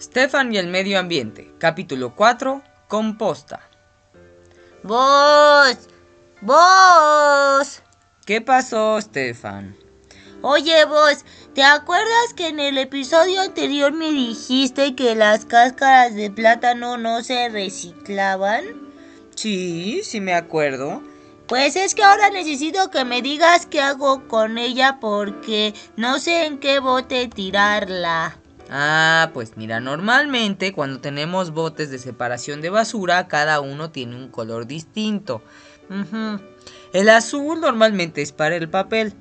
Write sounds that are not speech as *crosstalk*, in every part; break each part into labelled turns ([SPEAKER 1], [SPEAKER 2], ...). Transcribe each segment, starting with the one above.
[SPEAKER 1] Stefan y el medio ambiente, capítulo 4, composta.
[SPEAKER 2] ¡Vos! ¡Vos!
[SPEAKER 1] ¿Qué pasó, Stefan?
[SPEAKER 2] Oye, vos, ¿te acuerdas que en el episodio anterior me dijiste que las cáscaras de plátano no se reciclaban?
[SPEAKER 1] Sí, sí me acuerdo.
[SPEAKER 2] Pues es que ahora necesito que me digas qué hago con ella porque no sé en qué bote tirarla.
[SPEAKER 1] Ah, pues mira, normalmente cuando tenemos botes de separación de basura, cada uno tiene un color distinto. Ujú. El azul normalmente es para el papel.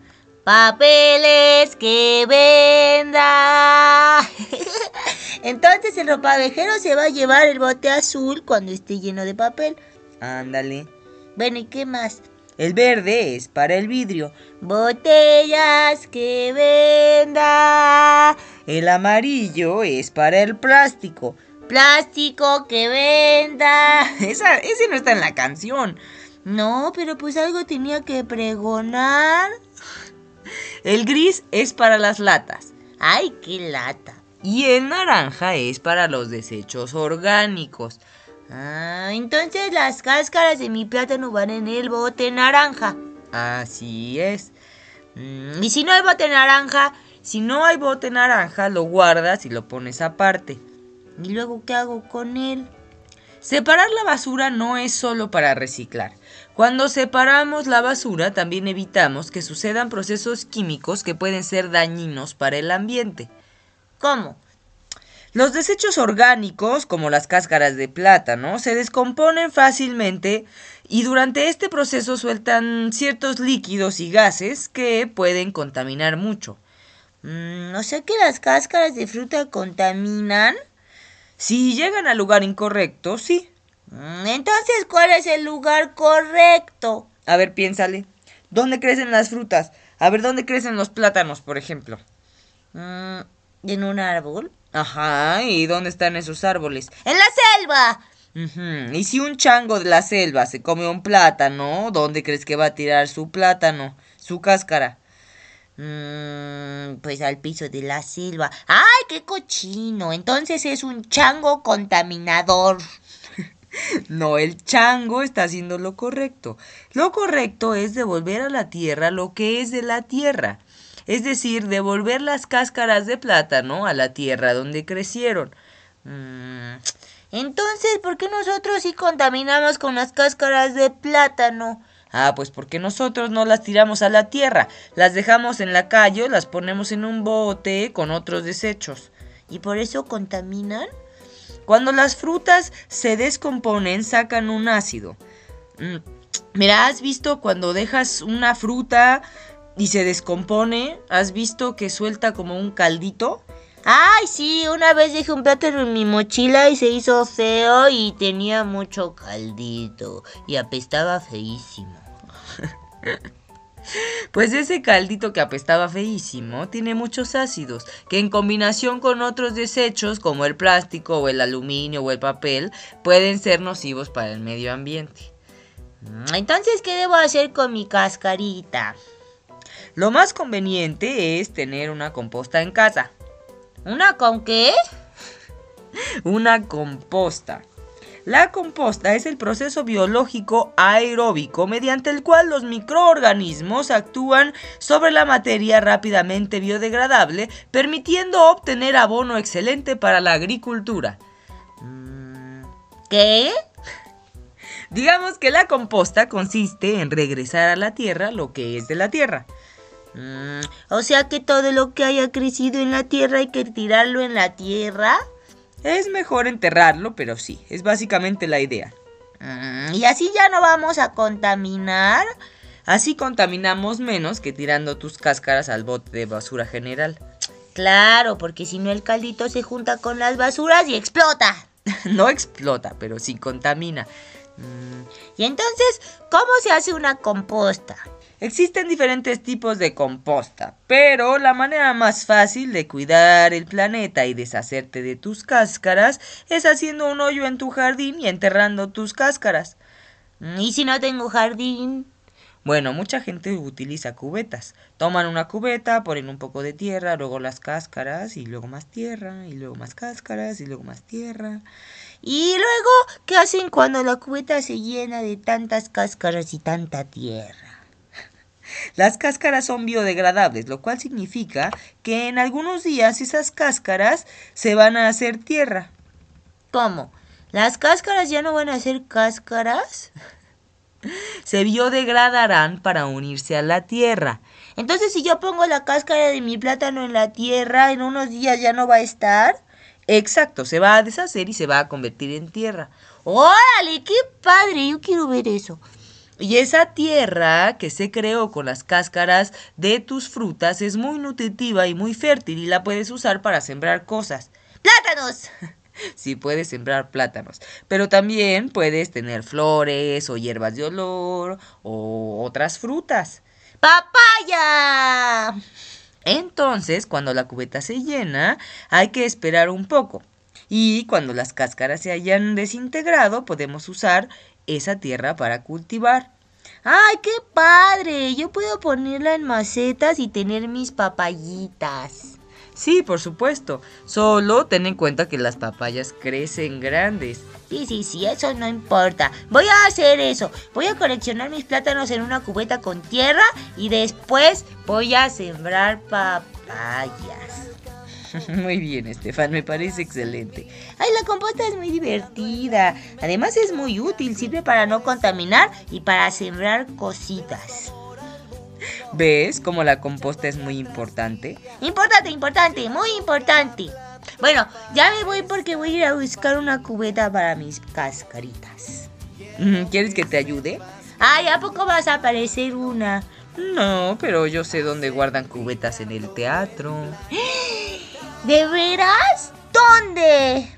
[SPEAKER 2] Papeles que venda. *laughs* Entonces el ropavejero se va a llevar el bote azul cuando esté lleno de papel.
[SPEAKER 1] Ándale.
[SPEAKER 2] Bueno, ¿y qué más?
[SPEAKER 1] El verde es para el vidrio.
[SPEAKER 2] Botellas que venda.
[SPEAKER 1] El amarillo es para el plástico.
[SPEAKER 2] Plástico que venda. *laughs*
[SPEAKER 1] Esa, ese no está en la canción.
[SPEAKER 2] No, pero pues algo tenía que pregonar.
[SPEAKER 1] El gris es para las latas.
[SPEAKER 2] Ay, qué lata.
[SPEAKER 1] Y el naranja es para los desechos orgánicos.
[SPEAKER 2] Ah, entonces las cáscaras de mi plátano van en el bote naranja.
[SPEAKER 1] Así es.
[SPEAKER 2] Mm, Y si no hay bote naranja,
[SPEAKER 1] Si no hay bote naranja, lo guardas y lo pones aparte.
[SPEAKER 2] ¿y luego qué hago con él?
[SPEAKER 1] Separar la basura no es solo para reciclar. Cuando separamos la basura también evitamos que sucedan procesos químicos que pueden ser dañinos para el ambiente.
[SPEAKER 2] ¿Cómo?
[SPEAKER 1] Los desechos orgánicos, como las cáscaras de plátano, se descomponen fácilmente y durante este proceso sueltan ciertos líquidos y gases que pueden contaminar mucho.
[SPEAKER 2] Mm, ¿No sé que las cáscaras de fruta contaminan?
[SPEAKER 1] Si llegan al lugar incorrecto, sí.
[SPEAKER 2] Mm, Entonces, ¿cuál es el lugar correcto?
[SPEAKER 1] A ver, piénsale. ¿Dónde crecen las frutas? A ver, ¿dónde crecen los plátanos, por ejemplo?
[SPEAKER 2] Mm, ¿En un árbol?
[SPEAKER 1] Ajá, ¿y dónde están esos árboles?
[SPEAKER 2] ¡En la selva!
[SPEAKER 1] Ujú, Y si un chango de la selva se come un plátano, ¿dónde crees que va a tirar su plátano, su cáscara?
[SPEAKER 2] Mm, pues al piso de la selva. ¡Ay, qué cochino! Entonces es un chango contaminador.
[SPEAKER 1] No, el chango está haciendo lo correcto. Lo correcto es devolver a la tierra lo que es de la tierra. Es decir, devolver las cáscaras de plátano a la tierra donde crecieron.
[SPEAKER 2] Mm, Entonces, ¿por qué nosotros sí contaminamos con las cáscaras de plátano?
[SPEAKER 1] Ah, pues porque nosotros no las tiramos a la tierra, las dejamos en la calle, o las ponemos en un bote con otros desechos.
[SPEAKER 2] ¿Y por eso contaminan?
[SPEAKER 1] Cuando las frutas se descomponen, sacan un ácido. Mm, Mira, ¿has visto cuando dejas una fruta y se descompone? ¿Has visto que suelta como un caldito?
[SPEAKER 2] Ay, sí, una vez dejé un plátano en mi mochila y se hizo feo y tenía mucho caldito y apestaba feísimo.
[SPEAKER 1] Pues ese caldito que apestaba feísimo tiene muchos ácidos, que en combinación con otros desechos como el plástico o el aluminio o el papel, pueden ser nocivos para el medio ambiente.
[SPEAKER 2] Mm, Entonces, ¿qué debo hacer con mi cascarita?
[SPEAKER 1] Lo más conveniente es tener una composta en casa.
[SPEAKER 2] ¿Una con qué?
[SPEAKER 1] Una composta. La composta es el proceso biológico aeróbico mediante el cual los microorganismos actúan sobre la materia rápidamente biodegradable, permitiendo obtener abono excelente para la agricultura.
[SPEAKER 2] ¿Qué?
[SPEAKER 1] Digamos que la composta consiste en regresar a la tierra lo que es de la tierra.
[SPEAKER 2] Mm, o sea que todo lo que haya crecido en la tierra hay que tirarlo en la tierra.
[SPEAKER 1] Es mejor enterrarlo, pero sí, es básicamente la idea.
[SPEAKER 2] Mm, y así ya no vamos a contaminar.
[SPEAKER 1] Así contaminamos menos que tirando tus cáscaras al bote de basura general.
[SPEAKER 2] Claro, porque si no el caldito se junta con las basuras y explota.
[SPEAKER 1] *laughs* No explota, pero sí contamina.
[SPEAKER 2] Y entonces, ¿cómo se hace una composta?
[SPEAKER 1] Existen diferentes tipos de composta, pero la manera más fácil de cuidar el planeta y deshacerte de tus cáscaras es haciendo un hoyo en tu jardín y enterrando tus cáscaras.
[SPEAKER 2] Mm, ¿Y si no tengo jardín?
[SPEAKER 1] Bueno, mucha gente utiliza cubetas. Toman una cubeta, ponen un poco de tierra, luego las cáscaras y luego más tierra y luego más cáscaras y luego más tierra.
[SPEAKER 2] Y luego, ¿qué hacen cuando la cubeta se llena de tantas cáscaras y tanta tierra?
[SPEAKER 1] Las cáscaras son biodegradables, lo cual significa que en algunos días esas cáscaras se van a hacer tierra.
[SPEAKER 2] ¿Cómo? ¿Las cáscaras ya no van a ser cáscaras?
[SPEAKER 1] *laughs* se biodegradarán para unirse a la tierra.
[SPEAKER 2] Entonces, si yo pongo la cáscara de mi plátano en la tierra, en unos días ya no va a estar.
[SPEAKER 1] Exacto, se va a deshacer y se va a convertir en tierra.
[SPEAKER 2] ¡Órale! ¡Qué padre! Yo quiero ver eso.
[SPEAKER 1] Y esa tierra que se creó con las cáscaras de tus frutas es muy nutritiva y muy fértil y la puedes usar para sembrar cosas.
[SPEAKER 2] ¡Plátanos!
[SPEAKER 1] sí puedes sembrar plátanos, pero también puedes tener flores o hierbas de olor o otras frutas.
[SPEAKER 2] ¡Papaya!
[SPEAKER 1] Entonces, cuando la cubeta se llena, hay que esperar un poco. Y cuando las cáscaras se hayan desintegrado, podemos usar esa tierra para cultivar.
[SPEAKER 2] ¡Ay, qué padre! Yo puedo ponerla en macetas y tener mis papayitas.
[SPEAKER 1] Sí, por supuesto. Solo ten en cuenta que las papayas crecen grandes. *laughs*
[SPEAKER 2] Sí, sí, sí, eso no importa. Voy a hacer eso. Voy a coleccionar mis plátanos en una cubeta con tierra y después voy a sembrar papayas.
[SPEAKER 1] Muy bien, Estefan, me parece excelente.
[SPEAKER 2] Ay, la composta es muy divertida. Además es muy útil, sirve para no contaminar y para sembrar cositas.
[SPEAKER 1] ¿Ves cómo la composta es muy importante?
[SPEAKER 2] Importante, importante, muy importante. Bueno, ya me voy porque voy a ir a buscar una cubeta para mis cascaritas.
[SPEAKER 1] Mm, ¿Quieres que te ayude?
[SPEAKER 2] Ay, ¿a poco vas a aparecer una?
[SPEAKER 1] No, pero yo sé dónde guardan cubetas en el teatro.
[SPEAKER 2] ¿De veras? ¿Dónde?